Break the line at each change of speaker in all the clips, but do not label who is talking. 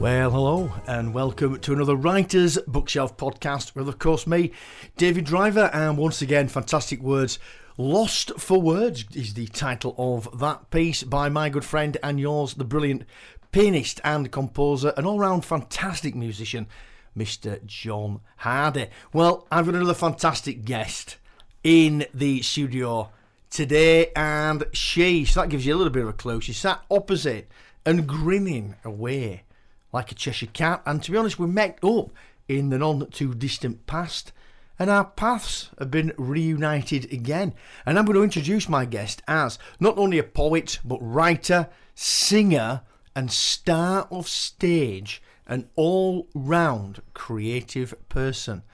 Well, hello, and welcome to another Writers Bookshelf podcast with, of course, me, David Driver, and once again, fantastic words. Lost for Words is the title of that piece by my good friend and yours, the brilliant pianist and composer, an all round fantastic musician, Mr. John Hardy. Well, I've got another fantastic guest in the studio today, and she, so that gives you a little bit of a clue, she sat opposite and grinning away like a Cheshire cat. And to be honest, we met up in the non too distant past, and our paths have been reunited again. And I'm going to introduce my guest as not only a poet, but writer, singer, and star of stage, an all round creative person.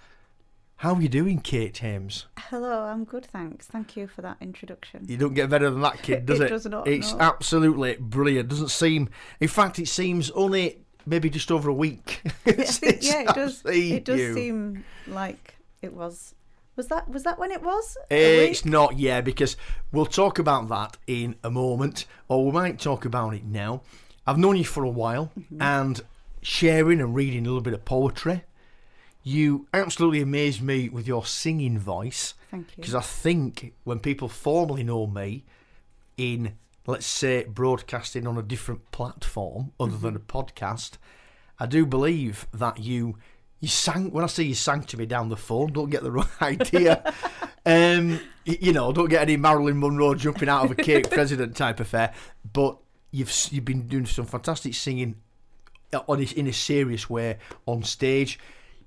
How are you doing, Kate Hames?
Hello, I'm good, thanks. Thank you for that introduction.
You don't get better than that kid, does it?
It does not,
It's
no.
absolutely brilliant. Doesn't seem. In fact, it seems only maybe just over a week.
I think- yeah, it does. It does
you.
seem like it was. Was that was that when it was? A
Eh, It's
week?
not, yeah, because we'll talk about that in a moment, or we might talk about it now. I've known you for a while,
Mm-hmm.
and sharing and reading a little bit of poetry. You absolutely amazed me with your singing voice.
Thank you.
Because I think when people formally know me in, let's say, broadcasting on a different platform other
Mm-hmm.
than a podcast, I do believe that you you sang. When I say you sang to me down the phone, don't get the wrong idea. um, y- you know, don't get any Marilyn Monroe jumping out of a cake president type affair. But you've s- you've been doing some fantastic singing uh, on a, in a serious way on stage.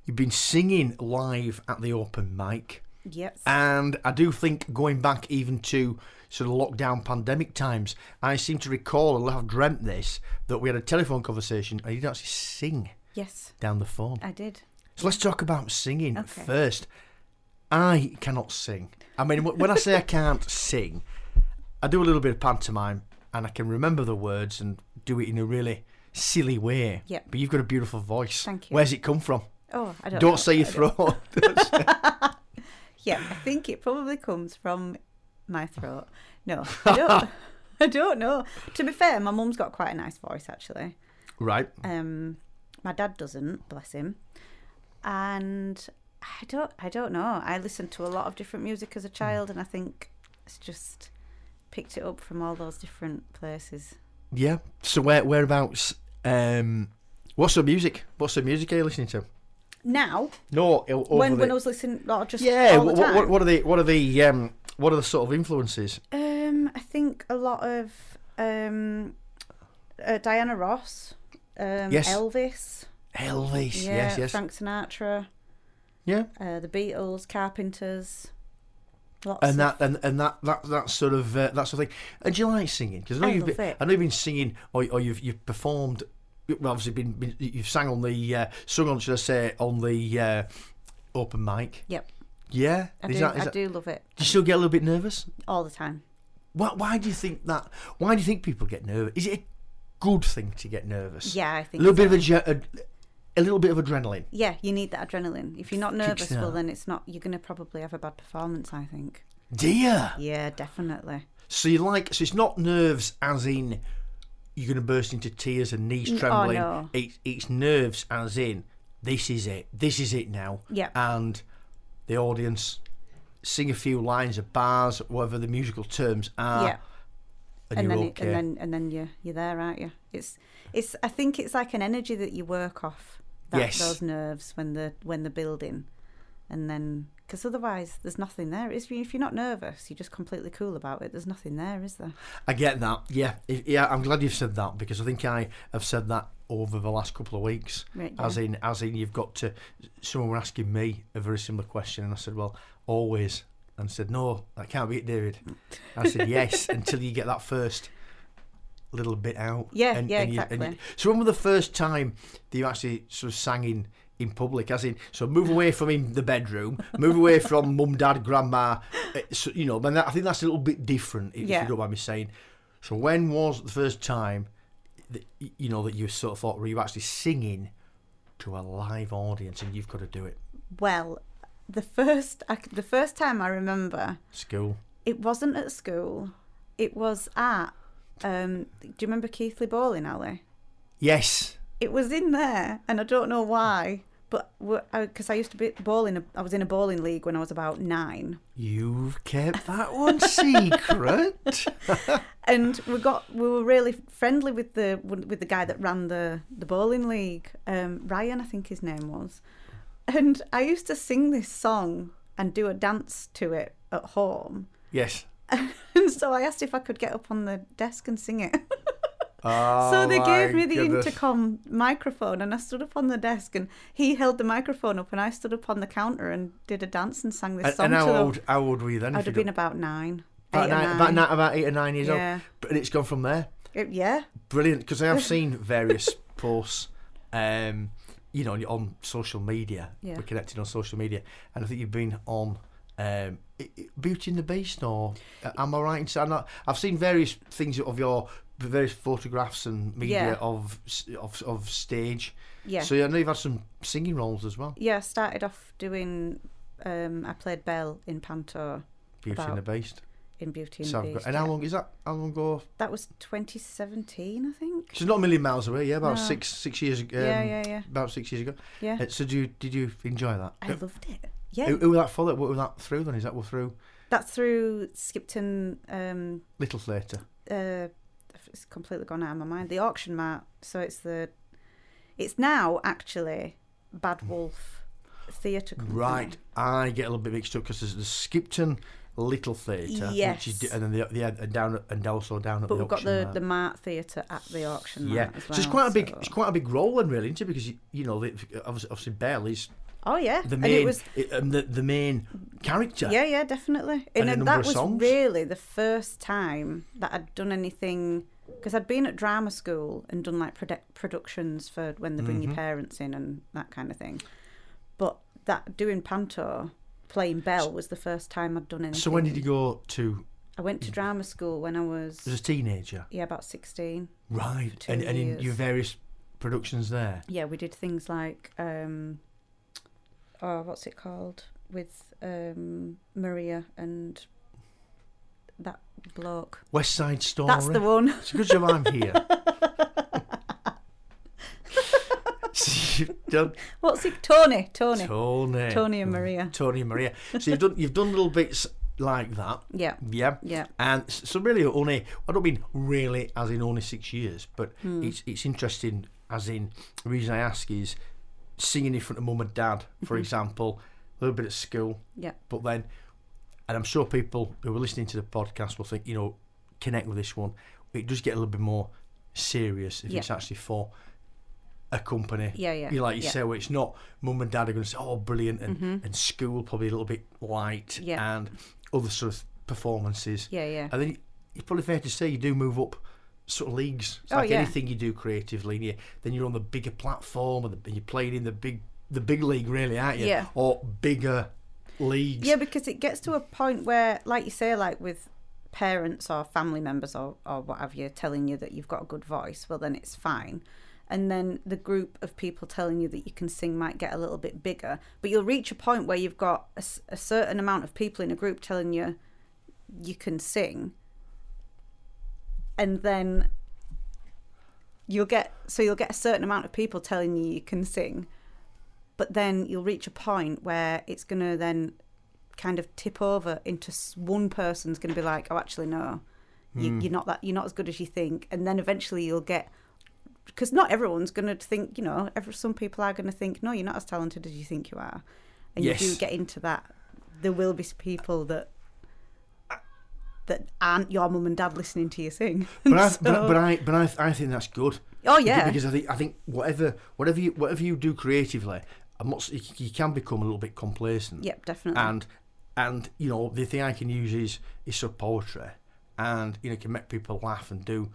You've been singing live at the open mic.
Yes.
And I do think going back even to sort of lockdown pandemic times, I seem to recall, and I've dreamt this, that we had a telephone conversation and you didn't actually sing
yes,
down the phone.
I did.
So let's talk about singing
Okay.
first. I cannot sing. I mean, wh- when I say I can't sing, I do a little bit of pantomime and I can remember the words and do it in a really silly way.
Yep.
But you've got a beautiful voice.
Thank you.
Where's it come from?
Oh, I don't.
Don't,
know.
say your
I don't-
throat.
Yeah, I think it probably comes from my throat. No, I don't. I don't know. To be fair, my mum's got quite a nice voice actually.
right.
Um, my dad doesn't, bless him. And I don't, I don't know. I listened to a lot of different music as a child, and I think it's just picked it up from all those different places.
Yeah. So where whereabouts? Um, what's the music? What's the music are you listening to?
Now,
No, o- over
when
the,
when I was listening, or just
yeah.
all the
What, what
time.
what are the what are the um what are the sort of influences?
Um, I think a lot of um, uh, Diana Ross, um,
Yes.
Elvis,
Elvis.
yeah,
yes, yes.
Frank Sinatra,
yeah.
uh, the Beatles, Carpenters. Lots
And
of-
that and, and that, that that sort of uh, that sort of thing. And do you like singing? Because I know
I
you've
love
been,
it.
I know you've been singing or, or you've you've performed. You've obviously been, been you've sang on the uh, sung on should I say on the uh, open mic.
Yep,
Yeah.
I
Is
do.
that- is
I
that-
do love it.
Do you still get a little bit nervous?
all the time.
Why, why do you think that? Why do you think people get nervous? Is it a good thing to get nervous?
Yeah, I
A
think.
little bit
so.
of adre- a, a little bit of adrenaline.
Yeah, you need that adrenaline. If you're not
Kicks
nervous,
it
well,
up.
then it's not. You're going to probably have a bad performance. I think.
Dear.
Yeah, definitely.
So you like? So it's not nerves, as in you're going to burst into tears and knees
N- oh,
trembling.
no.
It's it's nerves, as in this is it. This is it now.
Yeah.
And the audience sing a few lines of bars, whatever the musical terms are,
yeah,
and,
and
you're
then it,
okay.
and then and then you you're there, aren't you? It's it's. I think it's like an energy that you work off. That,
Yes.
Those nerves when the when the building, and then because otherwise there's nothing there. It's, if you're not nervous, you're just completely cool about it. There's nothing there, is there?
I get that. Yeah, I- yeah. I'm glad you've said that because I think I have said that over the last couple of weeks.
Right,
As
yeah.
in, as in, you've got to. Someone were asking me a very similar question, and I said, "Well, always," and said, "No, that can't be it, David." I said, "Yes," until you get that first little bit out.
Yeah, yeah,
you- you,
exactly.
so when was the first time that you actually sort of sang in? In public, as in, so move away from in the bedroom, move away from mum, dad, grandma. eh, So, you know, but that, I think that's a little bit different. If
Yeah.
you don't mind me saying, so when was the first time that y- you know that you sort of thought were you actually singing to a live audience and you've got to do it?
Well, the first I c the first time I remember
School.
It wasn't at school. It was at. Um, do you remember Keithley Bowling Alley?
Yes.
it was in there, and I don't know why. But because I, used to be bowling, I was in a bowling league when I was about nine,
You've kept that one secret.
and we got we were really friendly with the with the guy that ran the the bowling league, um, Ryan, I think his name was, and I used to sing this song and do a dance to it at home.
yes.
And so I asked if I could get up on the desk and sing it.
Oh,
so they gave
my
me the
goodness.
intercom microphone, and I stood up on the desk, and he held the microphone up, and I stood up on the counter and did a dance and sang this
And,
song
and how
to them.
old? How old were you then?
I'd
if you
have been
don't-
about nine.
about
eight or
nine,
nine.
about nine, about eight or nine years
Yeah.
old. But it's gone from there.
It- yeah,
Brilliant, because I have seen various posts, um, you know, on social media.
Yeah.
We're connected on social media, and I think you've been on um, i- i- Beauty and the Beast, or uh, am I right in saying that? I've seen various things of your various photographs and media
Yeah.
of, s- of of stage.
yeah,
So yeah, I know you've had some singing roles as well.
yeah. I started off doing. Um, I played Belle in Panto
Beauty and the
About
Beast.
in Beauty and
So
the
I've got-
Beast.
and how
yeah.
long is that? How long ago?
That was 2017, I think.
She's not a million miles away. Yeah, about
No.
six six years. ago.
yeah, yeah, yeah,
About six years ago.
yeah.
Uh, so, do you, did you enjoy that?
I loved it. Yeah,
Who, who was that follow? What was that through then? Is that what through
that's through Skipton. Um,
Little Theatre?
uh, it's completely gone out of my mind. The auction mart. So it's the, it's now actually Bad Wolf Theatre Company.
Hmm. Right, I get a little bit mixed up because there's the Skipton Little Theatre, which is,
Yes.
and then the, the and down at- and also down at
But
the
we've got
auction
the,
mart.
the Mart Theatre at the auction
yeah,
mart as
so
well.
it's quite a big,
so-
it's quite a big role then, really, isn't it? Because you, you know, the, obviously, obviously, Bell is
Oh yeah,
the
and
main,
it was
i- um, the, the main character.
yeah, yeah, definitely.
And
And,
a
then
number
that
of
was
songs.
really the first time that I'd done anything because I'd been at drama school and done like produ- productions for when they bring your
Mm-hmm.
parents in and that kind of thing. But that doing panto, playing bell was the first time I'd done anything.
So when did you go to?
I went to drama school when I was
As a teenager,
yeah about sixteen.
right?
Two
And, and in
years.
your various productions there.
Yeah, we did things like um, oh, what's it called with um, Maria and that bloke.
West Side Story.
That's the one.
It's a good job I'm here. so you've done
What's it? Tony, Tony,
Tony,
Tony and Maria.
Tony and Maria. So you've done you've done little bits like that,
Yeah,
yeah.
yeah,
And s- so really, only I don't mean really as in only six years, but
Hmm.
it's it's interesting. As in, the reason I ask is singing in front of mum and dad, for example, a little bit at school,
Mm-hmm. yeah,
but then, and I'm sure people who are listening to the podcast will think, you know, connect with this one. It does get a little bit more serious if
Yeah.
it's actually for a company.
Yeah, yeah,
You know, like you
yeah. Mm-hmm.
say, where it's not mum and dad are going to say, oh, brilliant, and, and school probably a little bit light,
Yeah.
and other sort of performances.
yeah, yeah.
And then it's probably fair to say you do move up sort of leagues. It's
Oh,
like
yeah.
anything you do creatively, and you, then you're on the bigger platform and, the, and you're playing in the big the big league, really, aren't you?
Yeah.
Or bigger leagues.
Yeah, because it gets to a point where, like you say, like with parents or family members or, or what have you telling you that you've got a good voice, well, then it's fine. And then the group of people telling you that you can sing might get a little bit bigger, but you'll reach a point where you've got a, s- a certain amount of people in a group telling you you can sing, and then you'll get so you'll get a certain amount of people telling you you can sing, but then you'll reach a point where it's going to then kind of tip over into s- one person's going to be like, oh, actually, no, you,
Hmm.
you're not that, you're not as good as you think, and then eventually you'll get because not everyone's going to think, you know, every, some people are going to think, no, you're not as talented as you think you are, and you
Yes.
do get into that. There will be s- people that that aren't your mum and dad listening to you sing.
But I,
So-
but, but I, but I, I think that's good.
oh yeah,
Because I think, I think whatever, whatever you, whatever you do creatively, I'm not, s- you, you can become a little bit complacent.
yep, definitely.
And, and you know, the thing I can use is is sort of poetry, and you know, can make people laugh and do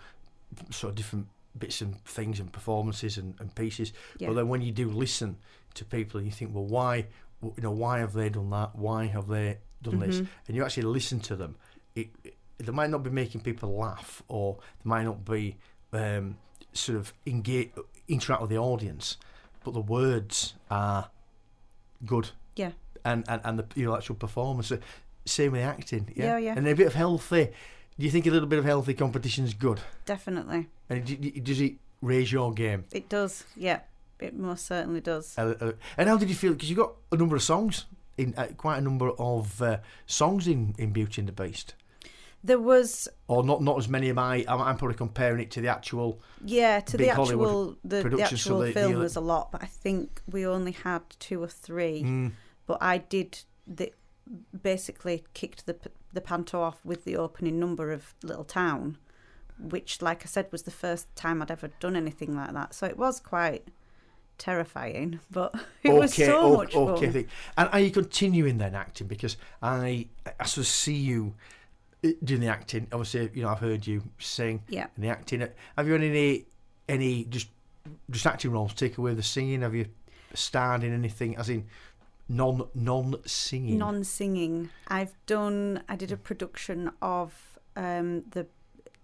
sort of different bits and things and performances and, and pieces.
Yeah.
But then when you do listen to people, you think, well, why, you know, why have they done that? Why have they done
Mm-hmm.
this? And you actually listen to them. It, it they might not be making people laugh, or they might not be um, sort of engage, interact with the audience, but the words are good
yeah,
and and, and the you know, actual performance. Uh, Same with the acting, yeah?
Yeah, yeah.
And a bit of healthy. Do you think a little bit of healthy competition is good?
definitely.
And d- d- does it raise your game.
It does. Yeah, it most certainly does.
Uh, uh, and how did you feel? Because you got a number of songs in uh, quite a number of uh, songs in in Beauty and the Beast,
There was
or not not as many of my. I'm, I'm probably comparing it to the actual.
yeah to
Big
the
Hollywood
actual the, the
production, so
actual
they-
film
they-
was a lot, but I think we only had two or three.
Mm,
But I did the basically kicked the p- the panto off with the opening number of Little Town, which, like I said, was the first time I'd ever done anything like that. So it was quite terrifying, but it was so
o-
much
okay,
fun.
thing. And are you continuing then acting? Because I I sort of see you uh, doing the acting. Obviously, you know I've heard you sing
Yeah.
and the acting. Have you had any any just just acting roles? Take away the singing. Have you starred in anything? As in non non singing.
non-singing i've done i did a production of um the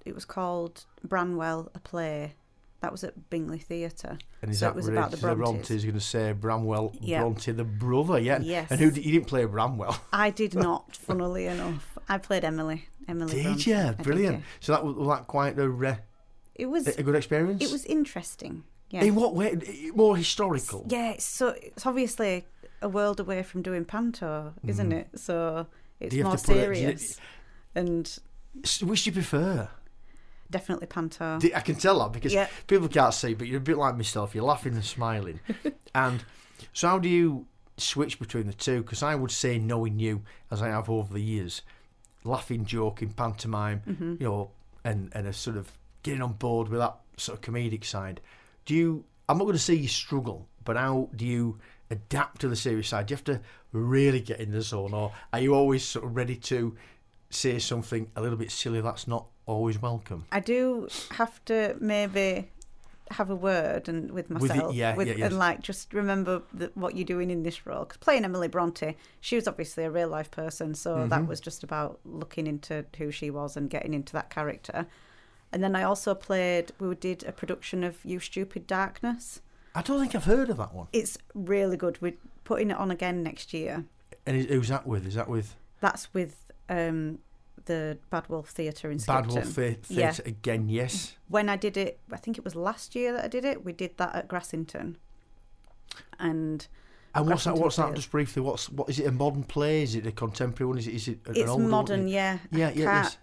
it was called branwell a play that was at bingley theatre
And is
So
that
it was
related
about the
to the
Brontes.
Brontes? You're going to say Bramwell,
Yeah.
Bronte the brother, yeah. And-
Yes.
And who did, you didn't play Bramwell,
i did not funnily enough i played emily emily
did
Bronte. I
you?
did,
Brilliant.
yeah.
So that was, was that quite a, re-
it was
a good experience.
it was interesting yeah
In what way? More historical.
yeah it's so it's obviously a world away from doing panto isn't it so it's
you have
more
to put it- Mm. do you-
serious and
S- Which do you prefer?
definitely panto
Di- I can tell that because
Yeah.
people can't see, but you're a bit like myself. You're laughing and smiling. and so, how do you switch between the two? Because I would say, knowing you as I have over the years, laughing, joking, pantomime, you know, and and a sort of getting on board with that sort of comedic side. Do you? I'm not going to say you struggle, but how do you adapt to the serious side? Do you have to really get in the zone, or are you always sort of ready to say something a little bit silly that's not always welcome?
I do have to maybe have a word and with
With it,
myself,
yeah, yeah, yes.
and like just remember that what you're doing in this role. Because playing Emily Bronte, she was obviously a real life person, so
Mm-hmm.
that was just about looking into who she was and getting into that character. And then I also played. We did a production of You Stupid Darkness.
I don't think I've heard of that one.
It's really good. We're putting it on again next year.
And who- who's that with? Is that with
That's with um, the Bad Wolf Theatre in
Bad
Skipton.
Wolf Theatre
Yeah. Mm-hmm.
again? Yes.
when I did it, I think it was last year that I did it. We did that at Grassington, and
And what's that?
Grafton
What's that?
Theatre.
Just briefly, what's what is it? A modern play? Is it a contemporary one? Is it? Is it an
it's
older
modern.
One?
Yeah,
Yeah, yeah,
I can't-
yes.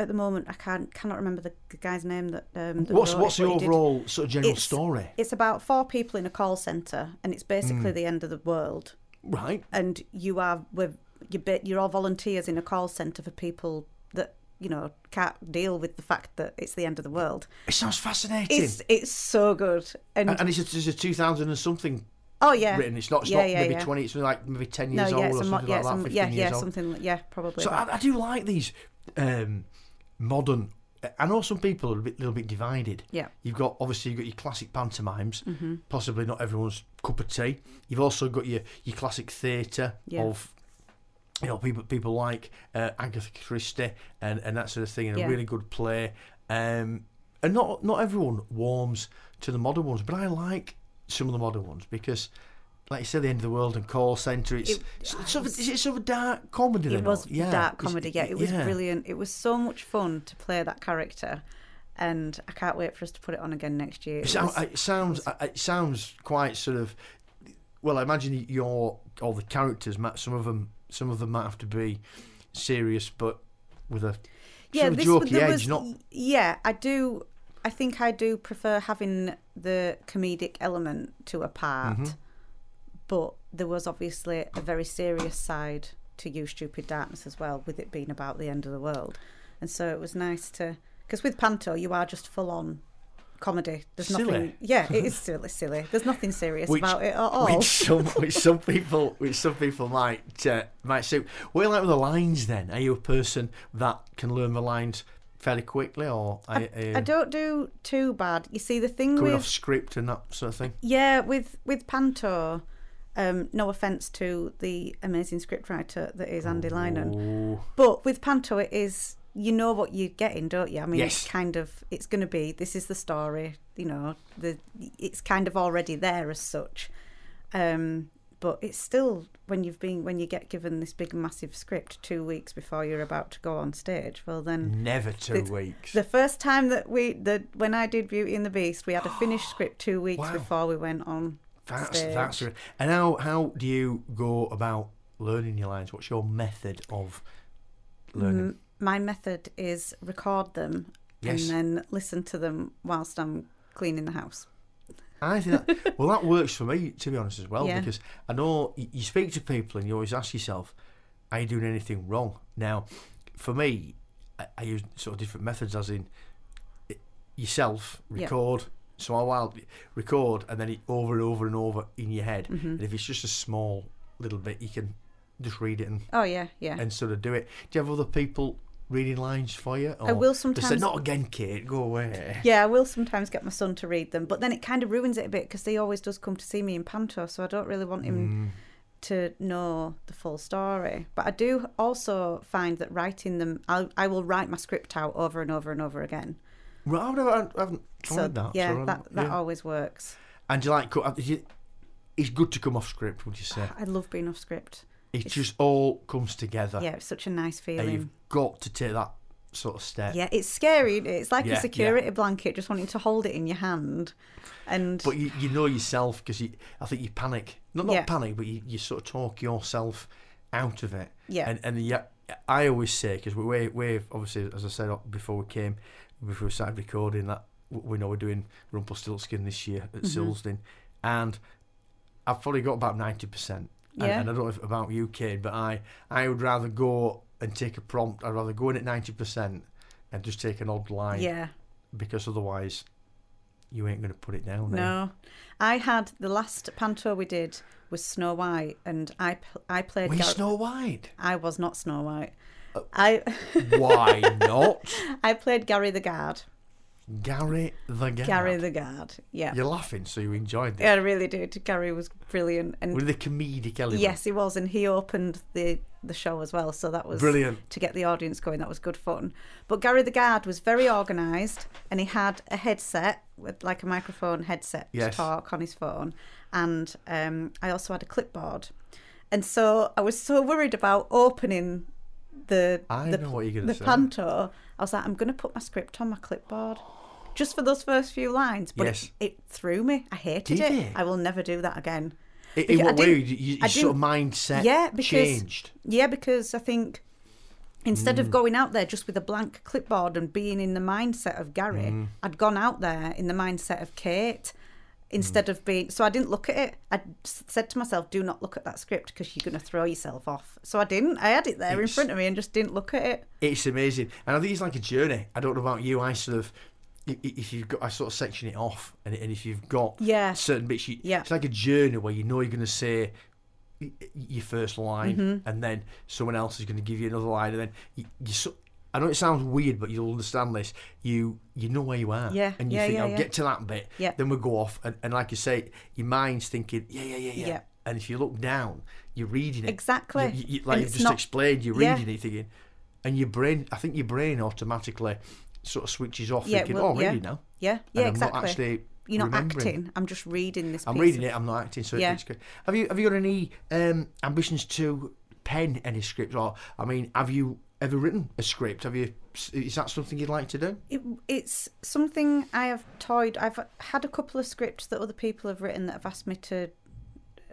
At the moment, I can't cannot remember the, the guy's name that. Um, that
What's
wrote it,
what's the
but he did-
overall sort of general
It's-
story?
It's about four people in a call center, and it's
Hmm.
basically the end of the world.
Right.
And you are we're, you're ba- you're all volunteers in a call center for people that you know can't deal with the fact that it's the end of the world.
It sounds fascinating.
It's it's so good, and,
and, and it's, a, it's a 2000 and something
oh yeah,
written. It's not, it's
Yeah,
not
yeah,
maybe
yeah.
20. It's like maybe 10
no,
years
yeah,
old
it's
or
a
something
mo- yeah,
like that.
some,
15
yeah,
years
yeah,
old.
something like- yeah, probably.
So uh,
that.
I, I do like these um, modern. I know some people are a bit, little bit divided.
Yeah.
You've got obviously you've got your classic pantomimes,
Mm-hmm.
possibly not everyone's cup of tea. You've also got your your classic theatre
Yeah.
of. You know, people people like uh, Agatha Christie and, and that sort of thing, and
Yeah.
a really good play. Um, and not not everyone warms to the modern ones, but I like some of the modern ones because, like you said, the end of the world and call centre. It's
It-
it's, it's, sort of, it's sort of dark comedy.
it
then,
was
or- yeah,
dark
it's-
comedy. Yeah, it was
yeah.
brilliant. It was so much fun to play that character, and I can't wait for us to put it on again next year. It
It, sound,
was-
it sounds I- it sounds quite sort of well. I imagine your all the characters. might- Some of them some of them might have to be serious, but with a sort of
was-
jokey
there
edge.
was-
not
Yeah, I do. I think I do prefer having the comedic element to a part,
Mm-hmm.
but there was obviously a very serious side to You Stupid Darkness as well, with it being about the end of the world, and so it was nice to because with Panto you are just full on comedy. There's
Silly.
nothing. Yeah, it is silly, silly. There's nothing serious
Which-
about it at all.
which some which some people which some people might uh, might suit. What are you like with the lines? Then are you a person that can learn the lines fairly quickly, or are, you- are you
I don't do too bad. You see, the thing
coming
with
off script and that sort of thing?
yeah, with with Panto, um, no offense to the amazing scriptwriter that is Andy
Oh.
Linen,
Ooh.
but with Panto, it is you know what you're getting, don't you? I mean,
Yes.
it's kind of it's going to be this is the story, you know, the it's kind of already there as such. Um, but it's still when you've been when you get given this big massive script two weeks before you're about to go on stage. Well, then
Never two
It's-
weeks.
the first time that we the when I did Beauty and the Beast, we had a finished script two weeks
Wow.
before we went on.
That's
stage.
that's re- and how how do you go about learning your lines? What's your method of learning?
M- my method is record them
Yes.
and then listen to them whilst I'm cleaning the house.
I think that, well that works for me to be honest as well
Yeah.
because I know y- you speak to people and you always ask yourself, are you doing anything wrong? Now, for me, I, I use sort of different methods as in i- yourself
Yeah.
record. So I will record and then it over and over and over in your head.
Mm-hmm.
And if it's just a small little bit, you can just read it and
Oh yeah, yeah.
and sort of do it. Do you have other people reading lines for you? Or
I will
They say,
sometimes.
not again, Kate. Go away.
Yeah, I will sometimes get my son to read them, but then it kind of ruins it a bit because he always does come to see me in panto, so I don't really want
Mm.
him to know the full story. But I do also find that writing them, I'll, I will write my script out over and over and over again.
Right, I've never, I haven't tried
so
that.
yeah,
so I
that
don't-
that
yeah.
always works.
And do you like? co- is it- It's good to come off script, would you say?
I love being off script.
It
It's-
just all comes together.
Yeah, it's such a nice
and
feeling.
you've got to take that sort of step.
Yeah, it's scary. isn't it? It's like
Yeah, yeah.
a security blanket, just wanting to hold it in your hand, and
But you, you know yourself because you, I think you panic. Not not
Yeah.
panic, but you, you sort of talk yourself out of it.
Yeah.
And and yeah, I always say because we we we've obviously as I said uh, before we came before we started recording that w- we know we're doing Rumpelstiltskin this year
Mm-hmm.
at Silsden, and I've probably got about ninety percent.
Yeah.
And, and I don't know if about you, Kate, but I I would rather go and take a prompt. I'd rather go in at ninety percent and just take an odd line
yeah,
because otherwise you ain't going to put it down. eh?
no. I had the last panto we did was Snow White, and I pl- I played.
Were you
Gar-
Snow Oh. White?
I was not Snow White. I
Why not?
I played Gary the Guard.
Gary the Guard.
Gary the Guard. Yeah.
You're laughing, so you enjoyed this.
Yeah, I really did. Gary was brilliant, and
With the comedic element.
yes, he was, and he opened the the show as well. So that was
Brilliant.
to get the audience going. That was good fun. But Gary the Guard was very organised, and he had a headset with like a microphone headset
Yes.
to talk on his phone, and um, I also had a clipboard, and so I was so worried about opening the
I
the,
know what you're going
the
to say.
panto. I was like, I'm going to put my script on my clipboard. Just for those first few lines, but
Yes.
it, it threw me. I hated
Did
it.
it?
I will never do that again.
I- in
because I
what way?
didn't-
You,
I
your sort of mindset
Yeah, because-
changed.
Yeah, because I think instead
Mm.
of going out there just with a blank clipboard and being in the mindset of Gary,
Mm.
I'd gone out there in the mindset of Kate instead
Mm.
of being. So I didn't look at it. I s- said to myself, do not look at that script because you're going to throw yourself off. So I didn't. I had it there in
It's-
front of me and just didn't look at it.
It's amazing. And I think it's like a journey. I don't know about you. I sort of, i- i- if you've got, I sort of section it off. And, and if you've got
Yeah.
certain bits, you,
Yeah.
it's like a journey where you know you're going to say y- y- your first line
Mm-hmm.
and then someone else is going to give you another line. And then you, you so, I know it sounds weird, but you'll understand this. You you know where you are.
Yeah,
And you
yeah,
think,
yeah,
I'll
yeah.
get to that bit.
Yeah.
Then we'll go off. And, and like you say, your mind's thinking, yeah, yeah, yeah, yeah.
Yeah.
And if you look down, you're reading it.
Exactly.
You- you- you-
And
like you've
it's
just
not-
explained, you're
Yeah.
reading it thinking, and your brain, I think your brain automatically sort of switches off
Yeah,
thinking,
well,
oh, I'm
yeah.
reading now.
Yeah,
And
yeah,
I'm
exactly.
not actually
you're not
remembering.
acting. I'm just reading this.
I'm
piece
reading
of-
it. I'm not acting, so
Yeah.
it's good. Have you have you got any um, ambitions to pen any scripts, or I mean, have you ever written a script? Have you? Is that something you'd like to do?
it, it's something I have toyed. I've had a couple of scripts that other people have written that have asked me to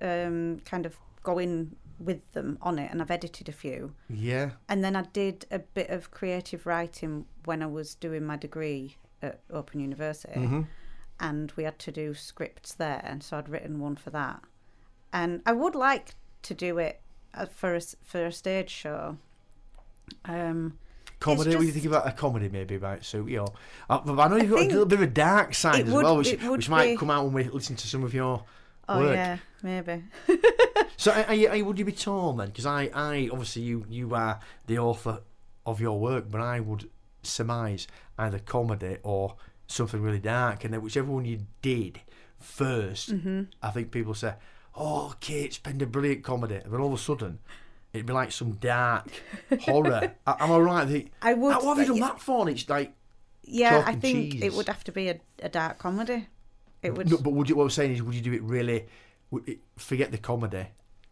um, kind of go in with them on it, and I've edited a few.
Yeah,
And then I did a bit of creative writing when I was doing my degree at Open University, and we had to do scripts there, and so I'd written one for that. And I would like to do it uh, for a, s- for a stage show. Um,
comedy. What do you
just-
think about a comedy? Maybe about Suki or uh, but I know you've got a
think
little bit of a dark side
it
as
would-
well, which,
it would
which might
be-
come out when we listen to some of your
oh
work.
yeah, maybe.
So, are, are you, are you- would you be torn then? Because I, I obviously you, you are the author of your work, but I would surmise either comedy or something really dark, and then whichever one you did 1st
Mm-hmm.
I think people say, "Oh, Kate's penned a brilliant comedy," and then all of a sudden. It'd be like some dark horror. I, am I right? They-
I would
How have you
say-
done that for? And it's like,
Yeah,
Chalk
I
and
think
cheese.
it would have to be a, a dark comedy. It would.
no, but would you, what I'm saying is, would you do it really w- it- forget the comedy,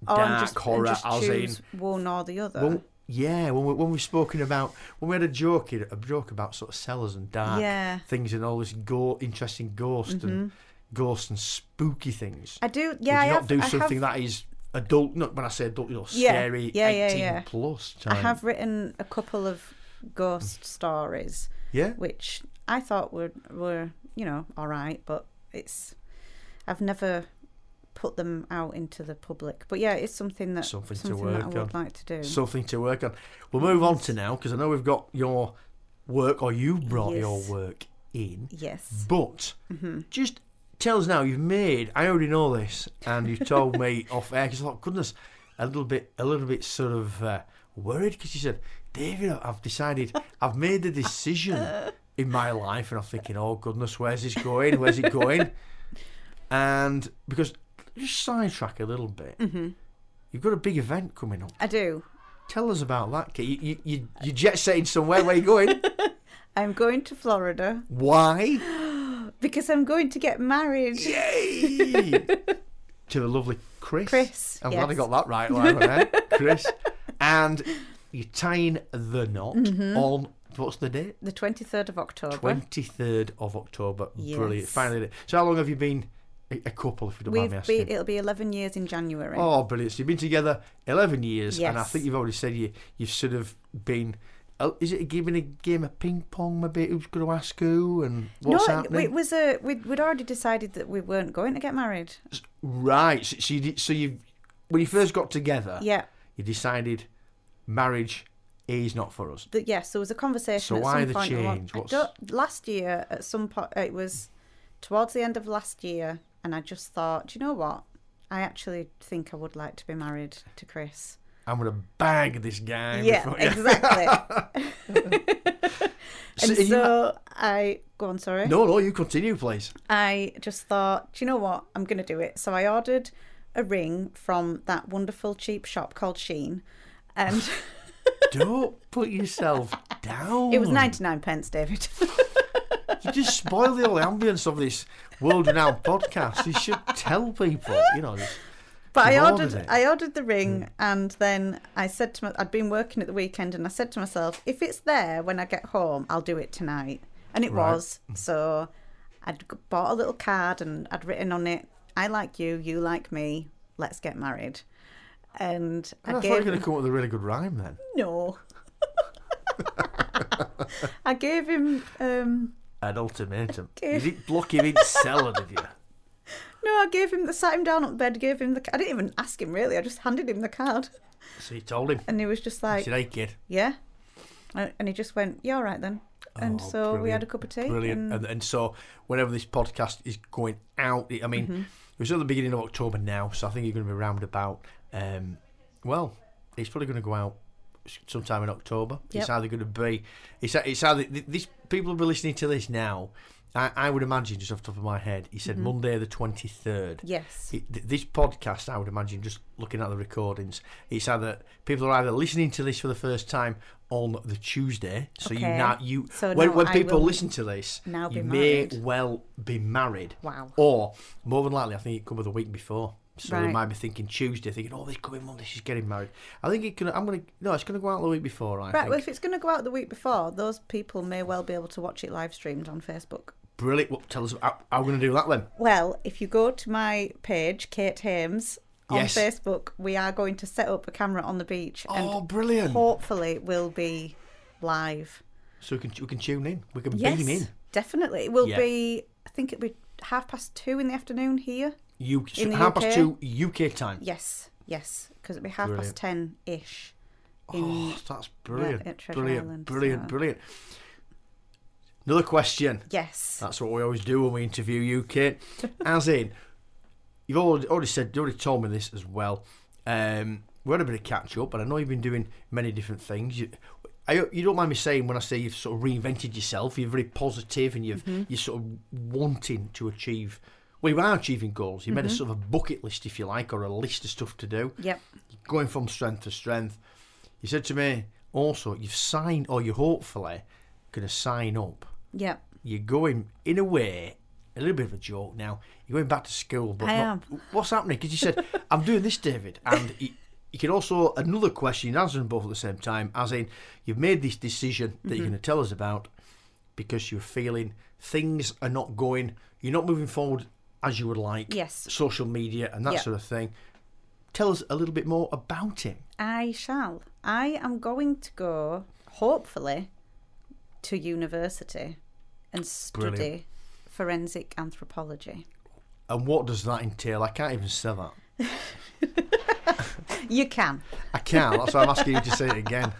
Or
dark
Oh, just,
horror,
and just
as in
choose one or the other.
Well, yeah, when we when we've spoken about when we had a joke here- a joke about sort of cellars and dark
Yeah.
things and all this go interesting ghost and ghosts and spooky things.
I do.
Would
Mm-hmm. Uh, Yeah,
you
I
not
have,
do
I
something
have,
that is adult? Not when I say adult, you know,
Yeah,
scary,
yeah, yeah,
eighteen
yeah.
plus. Time.
I have written a couple of ghost stories,
Yeah.
which I thought were were you know all right, but it's I've never put them out into the public. But yeah, it's something that
Something
something,
to work
that I would
on.
like to do.
Something to work on. We'll move on to now because I know we've got your work or you brought your
Yes.
work in.
yes. Mm-hmm.
But just tell us now, you've made. I already know this, and you told me off air because I thought, goodness, a little bit, a little bit sort of uh, worried because you said, David, I've decided, I've made the decision in my life, and I'm thinking, oh goodness, where's this going? Where's it going? And because just sidetrack a little bit, you've got a big event coming up.
Mm-hmm. I do.
Tell us about that. Kate. You you you you're jet setting somewhere. Where you going?
I'm going to Florida
Why?
because I'm going to get married.
Yay! to the lovely Chris.
Chris,
I'm glad I
yes.
got that right. Live on air. Chris. And you're tying the knot
Mm-hmm.
on what's the date?
The 23rd of October.
23rd of October. Brilliant.
Yes.
Finally. did it. So, how long have you been a, a couple, if you don't mind me
We've
asking?
been, it'll be 11 years in January.
Oh, brilliant. So, you've been together 11 years, and I
Yes.
think you've already said you, you've sort of been. oh, Is it a game, a game of ping pong? Maybe who's going to ask who and what's
no,
happening?
it was a we'd, we'd already decided that we weren't going to get married.
Right. So, so you, did- so you, when you first got together,
Yeah,
you decided marriage is not for us.
that yes, there was a conversation.
So
at
why
some
the
point along-
change?
I
What's-
don't- last year, at some point, it was towards the end of last year, and I just thought, do you know what? I actually think I would like to be married to Chris.
I'm going to bag this guy.
yeah,
before-
exactly.
So
and
you-
so I go on. Sorry.
no, no, you continue, please.
I just thought, do you know what? I'm going to do it. So I ordered a ring from that wonderful cheap shop called Sheen, and.
Don't put yourself down.
It was 99 pence, David.
You just spoil the whole ambience of this world-renowned podcast. You should tell people, you know. just-
But I
You've
ordered,
ordered it. Hmm.
I ordered the ring, and then I said to my, I'd been working at the weekend, and I said to myself, if it's there when I get home, I'll do it tonight. And it
Right.
was. So I'd g- bought a little card, and I'd written on it, "I like you, you like me, let's get married." And
I
I
thought you were
gave
going to come up with a really good rhyme then.
no. I gave him um,
An ultimatum.
Okay.
You didn't block him in cellar, did you?
no. I gave him. the sat him down on the bed. Gave him the. I didn't even ask him really. I just handed him the card,
So you told him.
and he was just
I
like,
said, hey, kid.
yeah and and he just went yeah all right then and
Oh,
so we had a
brilliant,
cup of tea
Brilliant. Uh,
and
And, and so, whenever this podcast is going out, it- I mean,
Mm-hmm.
it was at the beginning of October now, so I think you're going to be round about. Um, well, it's probably going to go out s- sometime in October. It's
Yep.
either going to be, it's a- it's either th- this people will be listening to this now. I, I would imagine just off the top of my head, he
Mm-hmm.
said Monday the twenty third.
yes
It, th- this podcast, I would imagine, just looking at the recordings, it's either people are either listening to this for the first time on the Tuesday, so you
Okay.
now you
So
when,
now
when
I
people
will
listen to this,
now
you
be
may
married.
well be married,
wow
or more than likely, I think it could be the week before. So they
Right.
might be thinking Tuesday, thinking, "Oh, this coming Monday, she's getting married." I think it can. I'm gonna no, it's gonna go out the week before. I
right
think.
well if it's going to go out the week before those people may well be able to watch it live streamed on facebook
Brilliant. Well, tell us how, how we're gonna do that then.
well if you go to my page kate hames on
Yes.
facebook we are going to set up a camera on the beach
oh,
and
brilliant!
hopefully we'll be live
So we can we can tune in. We can beam in.
definitely it will
Yeah.
be i think it'll be half past two in the afternoon here
You
In the
half
UK?
past two UK time.
yes yes because it'll be half
Brilliant.
past ten ish
Oh, that's brilliant.
at Treasure
brilliant,
Island,
brilliant,
so-
brilliant. Another question.
yes
That's what we always do when we interview you, Kate. As in, you've already, already said, you already told me this as well. Um, we had a bit of catch up, and I know you've been doing many different things. You, I, you don't mind me saying when I say you've sort of reinvented yourself, you're very positive and you've,
Mm-hmm.
you're sort of wanting to achieve, well, you are achieving goals. You made a
Mm-hmm.
sort of a bucket list, if you like, or a list of stuff to do
Yep.
going from strength to strength. You said to me also, you've signed, or you're hopefully going to sign up.
Yep.
You're going, in a way, a little bit of a joke now. You're going back to school, but
I
not- what's happening? Because you said I'm doing this, David, and you, you can also another question you answer them both at the same time. As in, you've made this decision that you're going to tell us about because you're feeling things are not going. You're not moving forward as you would like.
Yes.
Social media and that
Yeah.
sort of thing. Tell us a little bit more about it.
I shall. I am going to go, hopefully, to university and study
Brilliant.
forensic anthropology.
And what does that entail? I can't even say that.
You can.
I can. That's why I'm asking you to say it again.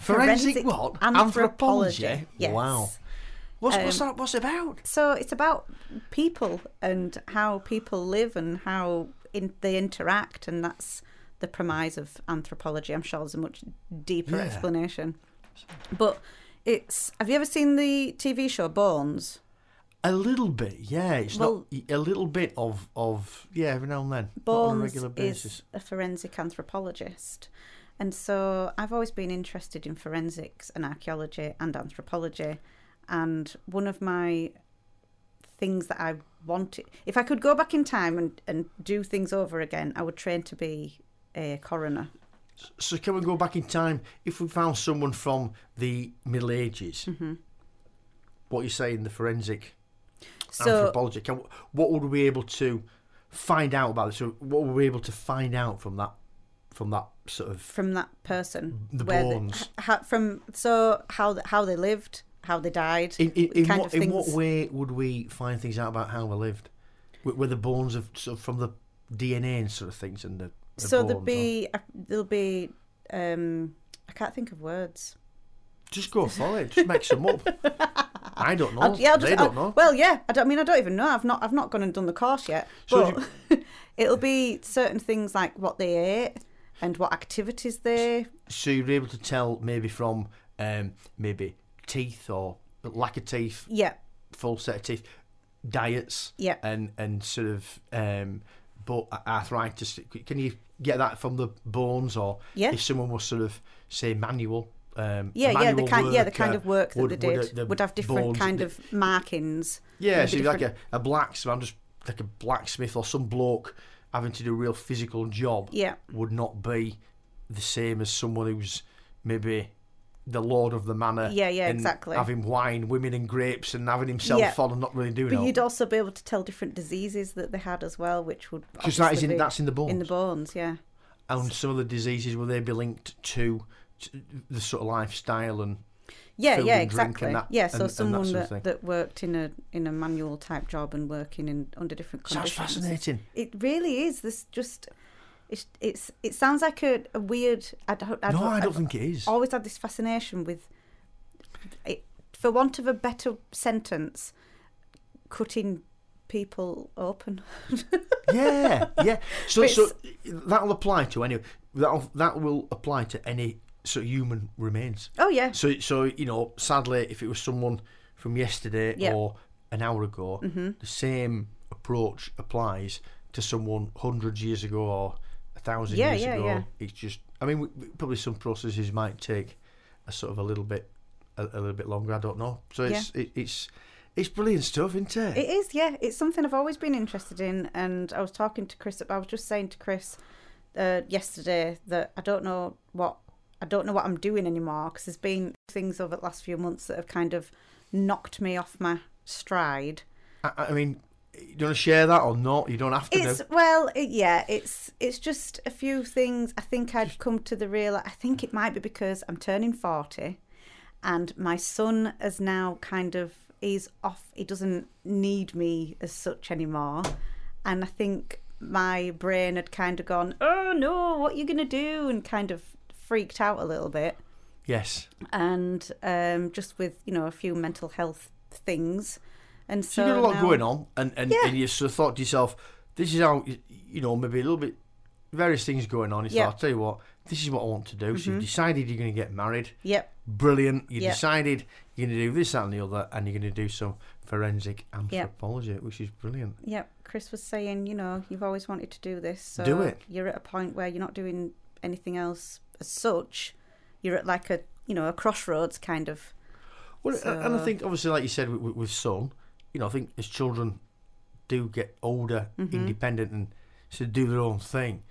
Forensic, what? Anthropology.
Yes. Um,
Wow. What's, what's that? What's it about?
So it's about people and how people live and how in, they interact, and that's the premise of anthropology. I'm sure there's a much deeper
Yeah.
explanation, but it's. Have you ever seen the TV show Bones?
A little bit, yeah. It's
Well-
not a little bit of of yeah. Every now and then, not on a
Bones
regular
is
basis.
a forensic anthropologist. And so I've always been interested in forensics and archaeology and anthropology. And one of my things that I wanted, if I could go back in time and, and do things over again, I would train to be a coroner.
So can we go back in time? If we found someone from the Middle Ages,
Mm-hmm.
what you saying? The forensic
So
anthropology. Can, what would we be able to find out about this? So what were we able to find out from that from that sort of
from that person,
The
where
bones.
h- ha- from so how th- how they lived, how they died,
In, in, in,
kind
what,
of
in what
things.
way would we find things out about how we lived? Were, were the bones of sort of from the DNA and sort of things and the, the
so
bones?
there'll
or-
be uh, there'll be um, I can't think of words.
just go for it. Just make some up. I don't know.
I'll- yeah, I'll
they
just,
don't
I'll-
know.
Well, yeah, I don't I mean I don't even know. I've not I've not gone and done the course yet.
So
but it'll be certain things like what they ate and what activities they.
So you're able to tell maybe from um, maybe teeth or lack of teeth,
Yeah,
full set of teeth, diets,
Yeah.
and and sort of um, but arthritis. Can you get that from the bones or
Yeah.
if someone was sort of say manual? Um,
yeah, yeah. The
manual
kind, yeah, the
work,
kind
uh,
of work that
would-
they did
uh,
would,
the
have different
bones-
kind
the-
of markings.
Yeah,
Maybe
so you're like
different-
a, a blacksmith, I'm just like a blacksmith or some bloke having to do a real physical job
Yeah,
would not be the same as someone who's maybe the lord of the manor.
Yeah, yeah,
and
exactly.
Having wine, women, and grapes, and having himself
Yeah.
on and not really doing
but you'd
it.
also be able to tell different diseases that they had as well, which would
Because that is
obviously
in,
be
that's in the bones.
in the bones. Yeah,
and some of the diseases, will they be linked to, to the sort of lifestyle and
yeah,
Food
yeah,
and drink and
exactly.
that-
yeah,
and-
so
and that
someone
sort of
that,
thing.
that worked in a in a manual type job and working in under different
sounds
conditions.
fascinating.
It really is. This just it's it's it sounds like a, a weird. I don't. I
no, I don't
I've
think it is.
Always had this fascination with, it, for want of a better sentence, cutting people open.
yeah, yeah. So,
But
so that'll apply to any. That'll, that will apply to any sort of human remains.
Oh yeah,
So, so you know, sadly, if it was someone from yesterday
Yeah. Mm-hmm.
or an hour ago, the same approach applies to someone hundreds years ago or a thousand
Yeah,
years
yeah,
ago.
yeah.
It's just, I mean, we, we- probably some processes might take a sort of a little bit, a, a little bit longer. I don't know. So it's it, it's it's brilliant stuff, isn't it?
It is, yeah. It's something I've always been interested in, and I was talking to Chris. I was just saying to Chris uh, yesterday that I don't know what I don't know what I'm doing anymore because there's been things over the last few months that have kind of knocked me off my stride.
I, I mean, you don't want to share that or not? You don't have to.
It's
know.
well, it, yeah. It's it's just a few things. I think I'd come to the real. I think it might be because I'm turning forty, and my son is now kind of is off. He doesn't need me as such anymore, and I think my brain had kind of gone, oh no, what are you gonna do? And kind of freaked out a little bit
Yes.
and um just with you know a few mental health things and so,
So you got a lot
now-
going on, and and,
Yeah.
and you sort of thought to yourself, this is how y- you know maybe a little bit various things going on. You
Yeah.
thought, I'll tell you what, this is what I want to do. So you decided you're going to get married.
yep
Brilliant. You
Yeah.
decided you're going to do this, that, and the other, and you're going to do some forensic anthropology, which is brilliant.
Yep, Chris was saying, you know, you've always wanted to do this, so
Do it.
you're at a point where you're not doing anything else as such. You're at like a, you know, a crossroads kind of.
Well, and I
So-
think obviously, like you said, with, with Son, you know, I think as children do get older,
Mm-hmm.
independent, and so do their own thing,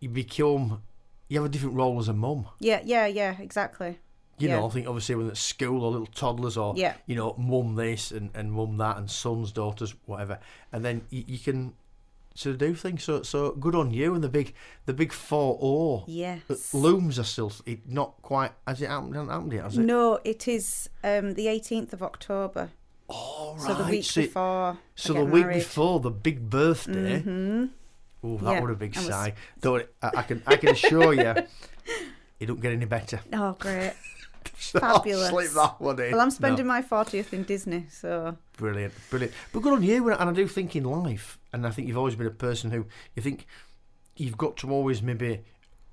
you become you have a different role as a mum.
Yeah, yeah, yeah, exactly.
You
Yeah.
know, I think obviously when at school or little toddlers or
Yeah.
you know, mum this and, and mum that and sons, daughters, whatever, and then you, you can sort of do things. So so good on you and the big the big four oh
Yes.
looms are still it not quite has it happened hasn't happened yet has it?
No, it is um, the 18th of October.
All Oh, right.
So the week
so, it-
before. I
so the
get
week
married. Mm-hmm.
before eh? the big birthday. Oh, that
Yeah,
would a big
I was-
sigh. Don't worry, I, I can I can assure you, it don't get any better.
Oh, great.
So
Fabulous.
I'll sleep that one in.
Well, I'm
No.
spending my 40th in Disney, so.
Brilliant, brilliant. But good on you, and and I do think in life, and I think you've always been a person who you think you've got to always maybe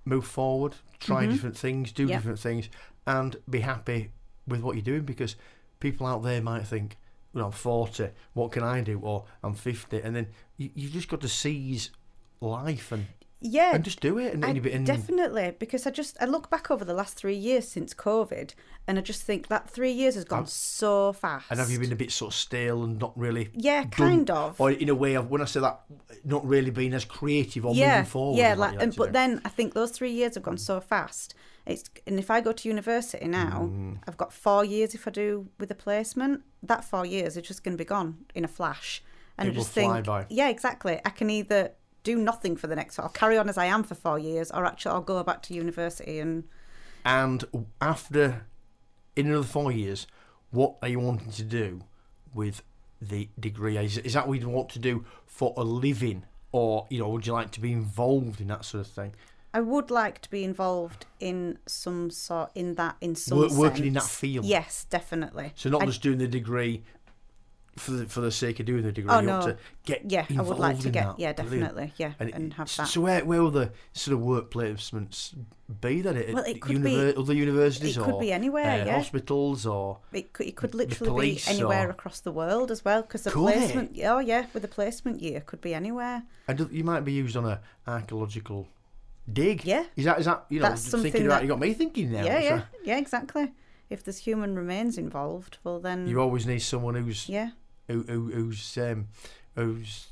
move forward, try different things, do
Mm-hmm. Yeah.
different things, and be happy with what you're doing because people out there might think, well, I'm 40, what can I do? Or I'm 50. And then you, you've just got to seize life and,
Yeah,
and just do it. And,
I-
and, you'll be- and
definitely because I just I look back over the last three years since COVID, and I just think that three years has gone so fast.
And have you been a bit sort of stale and not really?
Yeah,
done-
kind of.
Or in a way, of when I say that, not really being as creative or
yeah,
moving forward.
yeah.
as what
Like,
you
and,
to
but
do.
then I think those three years have gone so fast. It's and if I go to university now,
Mm.
I've got four years. If I do with a placement, that four years is just going to be gone in a flash. And
It
I
will
just
fly
think,
by.
yeah, exactly. I can either do nothing for the next. I'll carry on as I am for four years, or actually I'll go back to university and
And after, in another four years, what are you wanting to do with the degree? Is, is that what you want to do for a living? Or, you know, would you like to be involved in that sort of thing?
I would like to be involved in some sort in that in some
Wor- working in that
sense.
field.
Yes, definitely.
So not
I-
just doing the degree for the, for the sake of doing the degree.
Oh,
you want
no.
to get
yeah, I
involved
would like to
in
get
that.
yeah,
Brilliant.
definitely yeah, and,
it-
have
so
that.
So where where will the sort of work placements be then? At
Well, it could
univer- other universities
it
or
could be anywhere,
uh,
yeah.
hospitals or
It could, it could literally be
police
anywhere
or-
across the world as well because the
Could it?
placement oh yeah with the placement year could be anywhere.
and do- you might be used on a archaeological dig.
Yeah.
Is that is that you know
That's
just
something
thinking about
that-
you got me thinking now.
yeah,
so
yeah, yeah, exactly. If there's human remains involved, well then
You always need someone who's
Mm. yeah,
who, who, who's um, who's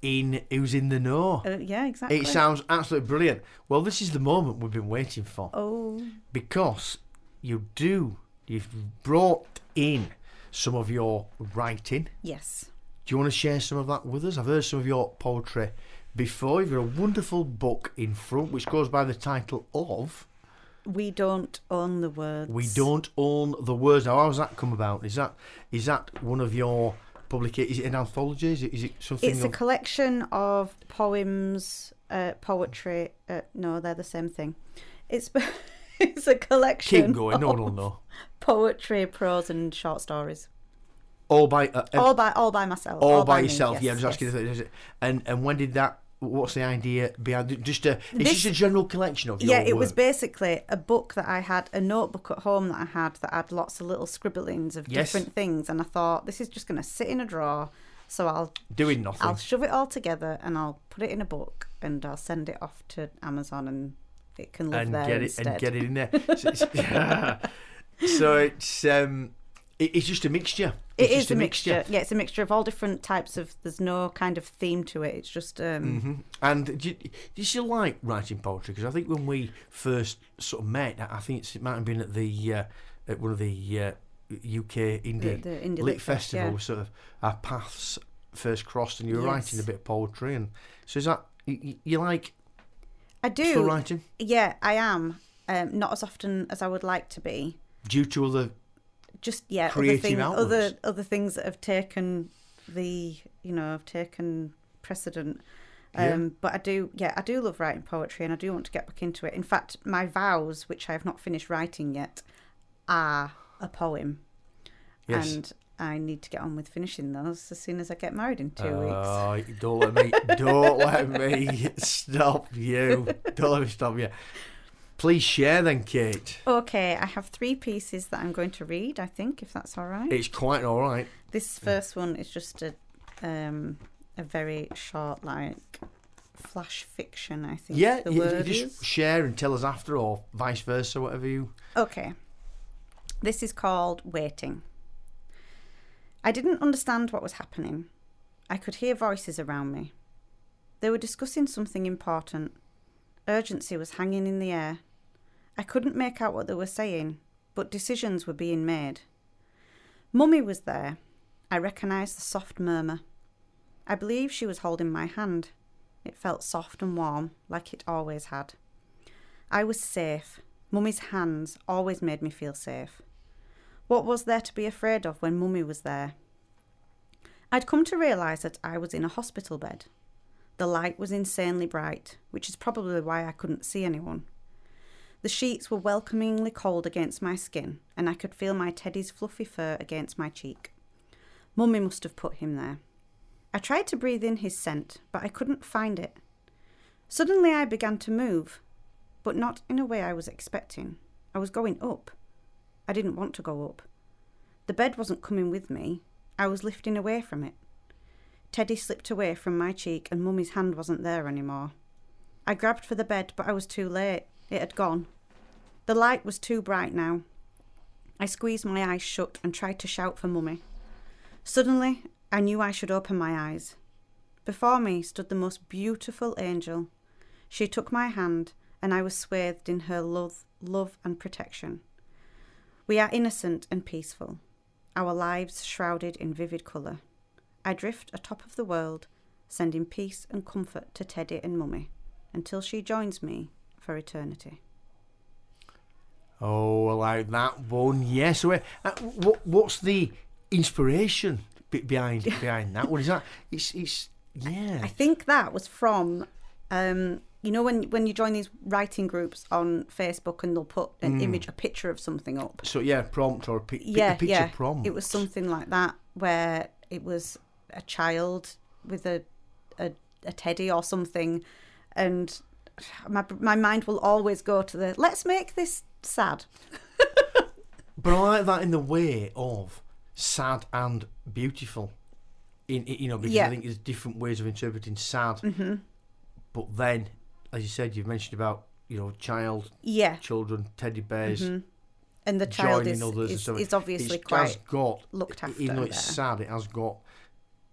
in who's in the know.
uh, yeah, exactly.
It sounds absolutely brilliant. Well, this is the moment we've been waiting for.
oh
because you do you've brought in some of your writing
yes,
do you want to share some of that with us i've heard some of your poetry before you've got a wonderful book in front which goes by the title of
we don't own the words.
we don't own the words now how's that come about is that is that one of your publications is it an anthology is it, is it something
It's a
of,
collection of poems, uh, poetry. Uh, no, they're the same thing. It's it's a collection.
keep going no
of
one will know
Poetry, prose, and short stories.
all by uh, ev-
all by all by myself.
all, by,
me,
yourself yeah i
yes,
was asking
yes.
if it- and and when did that what's the idea behind it? just a it's
This-
just a general collection of your
Yeah, it was
work.
basically a book that I had, a notebook at home that I had that had lots of little scribblings of
Yes.
different things, and I thought this is just going to sit in a drawer. So I'll
doing nothing.
I'll shove it all together and I'll put it in a book and I'll send it off to Amazon and it can live
and
there
get it
instead.
and get it in there. So it's, so it's um, it, it's just a mixture.
It
It's just
is a mixture. Yeah, it's a mixture of all different types of. There's no kind of theme to it. It's just um,
Mhm. And do you, do you still like writing poetry? Because I think when we first sort of met, I I think it's, it might have been at the uh, at one of the uh, UK
the,
indie
the indie
Mm, lit, festival.
yeah.
Sort of our paths first crossed, and you were
Yes.
writing a bit of poetry. And so is that you- you, you like
I do.
still writing
Yeah, I am. Um, not as often as I would like to be.
due to other
Just yeah,
Creative
other things,
outlets.
other other things that have taken the you know have taken precedent. Um,
Yeah.
But I do, yeah, I do love writing poetry, and I do want to get back into it. In fact, my vows, which I have not finished writing yet, are a poem,
yes.
and I need to get on with finishing those as soon as I get married in two weeks.
Oh, don't let me, don't let me stop you. Don't let me stop you. Please share then, Kate.
Okay, I have three pieces that I'm going to read, I think, if that's all right.
It's quite all right.
This first one is just a um, a very short, like, flash fiction, I think
Yeah,
the
you, you
word
just
is.
share and tell us after, or vice versa, whatever you.
Okay. This is called Waiting. I didn't understand what was happening. I could hear voices around me. They were discussing something important. Urgency was hanging in the air. I couldn't make out what they were saying, but decisions were being made. Mummy was there. I recognised the soft murmur. I believe she was holding my hand. It felt soft and warm, like it always had. I was safe. Mummy's hands always made me feel safe. What was there to be afraid of when Mummy was there? I'd come to realise that I was in a hospital bed. The light was insanely bright, which is probably why I couldn't see anyone. The sheets were welcomingly cold against my skin, and I could feel my teddy's fluffy fur against my cheek. Mummy must have put him there. I tried to breathe in his scent, but I couldn't find it. Suddenly I began to move, but not in a way I was expecting. I was going up. I didn't want to go up. The bed wasn't coming with me, I was lifting away from it. Teddy slipped away from my cheek, and Mummy's hand wasn't there anymore. I grabbed for the bed, but I was too late. It had gone. The light was too bright now. I squeezed my eyes shut and tried to shout for Mummy. Suddenly, I knew I should open my eyes. Before me stood the most beautiful angel. She took my hand, and I was swathed in her love, love and protection. We are innocent and peaceful, our lives shrouded in vivid colour. I drift atop of the world, sending peace and comfort to Teddy and Mummy until she joins me for eternity.
Oh, I like that one. Yes. Yeah, so, uh, what, what's the inspiration be- behind behind that one? Is that it's it's yeah.
I think that was from, um, you know, when when you join these writing groups on Facebook and they'll put an image, a picture of something up.
So yeah, prompt or pi- pi-
Yeah,
picture
yeah.
prompt.
It was something like that where it was a child with a a, a teddy or something, and my my mind will always go to the let's make this sad.
But I like that in the way of sad and beautiful. In, in- you know, because
Yeah. Mm-hmm.
I think there's different ways of interpreting sad. But then, as you said, you've mentioned about you know child,
Yeah, Mm-hmm.
children, teddy bears,
and the child
joining
is
others. and
is,
stuff.
is obviously
it's
quite
has got
looked
Even though
after
it's
there.
sad, it has got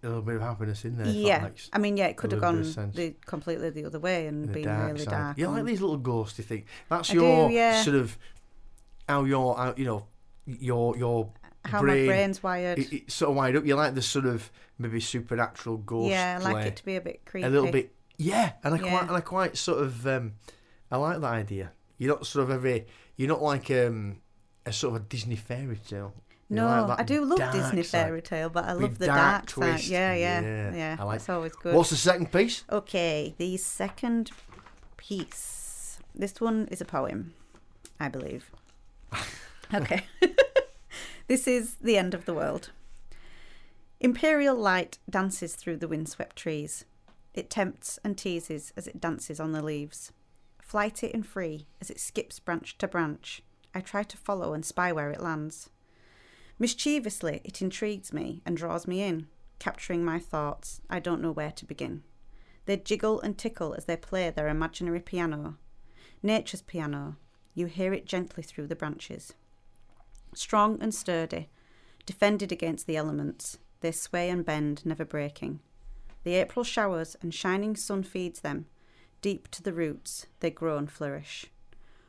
a little bit of happiness in there. if that
yeah.
makes
I mean, yeah, it could have
little bit
gone
of sense.
the, completely the other way and
the
been
dark
really
side.
dark.
Yeah, like
and-
these little ghosty things. That's
I do,
your
yeah.
sort of how your how, you know your your
how
brain,
my brain's wired.
It, it's sort of wind up. You like the sort of maybe supernatural ghost.
yeah, I like
play.
it to be a bit creepy.
a little bit. Yeah, and I
Yeah.
quite and I quite sort of um, I like that idea. You're not sort of every. You're not like um, a sort of a Disney fairy tale. You
No,
like that
I do love
dark
Disney
side.
fairy tale, but I
With
love the
dark
dark,
twist.
side. Yeah, yeah,
Yeah,
yeah.
I like-
That's always good.
What's the second piece?
Okay, the second piece. This one is a poem, I believe. okay. this is The End of the World. Imperial light dances through the windswept trees. It tempts and teases as it dances on the leaves. Flighty and free as it skips branch to branch, I try to follow and spy where it lands. Mischievously, it intrigues me and draws me in, capturing my thoughts. I don't know where to begin. They jiggle and tickle as they play their imaginary piano. Nature's piano. You hear it gently through the branches. Strong and sturdy, defended against the elements, they sway and bend, never breaking. The April showers and shining sun feeds them. Deep to the roots, they grow and flourish.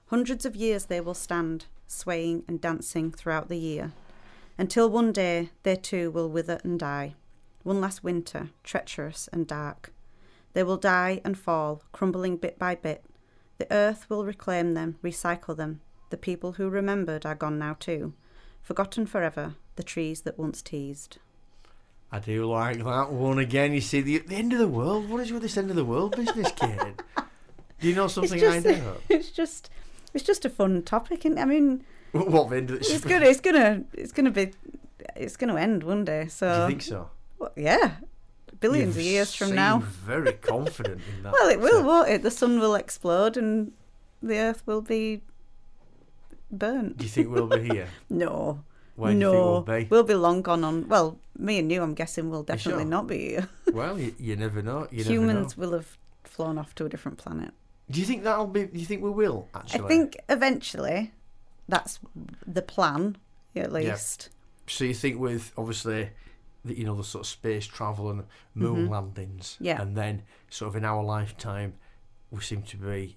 Hundreds of years they will stand, swaying and dancing throughout the year, until one day they too will wither and die. One last winter, treacherous and dark. They will die and fall, crumbling bit by bit. The earth will reclaim them, recycle them. The people who remembered are gone now too. Forgotten forever, the trees that once teased.
I do like that one again. You see, the, the end of the world. What is with this end of the world business, kid? do you know something I
just-
know?
It's just, it's just a fun topic, and I mean,
What the end of
it's gonna, it's gonna, it's gonna be, it's gonna end one day.
Do
So
you think so?
Well, yeah, 1000000000s of
You've
years from
seemed
now.
Very confident in that.
Well, it will, won't it? The sun will explode, and the earth will be burnt.
Do you think we'll be here?
No.
Where do you
no,
think we'll be?
we'll be long gone on. Well, me and you, I'm guessing, will
sure?
definitely not be here.
Well, you, you never know. You never know.
Humans will have flown off to a different planet.
Do you think that'll be? Do you think we will actually?
I think eventually, that's the plan, at least.
So you think with obviously the, you know the sort of space travel and moon landings.
Mm-hmm. Yeah.
And then sort of in our lifetime, we seem to be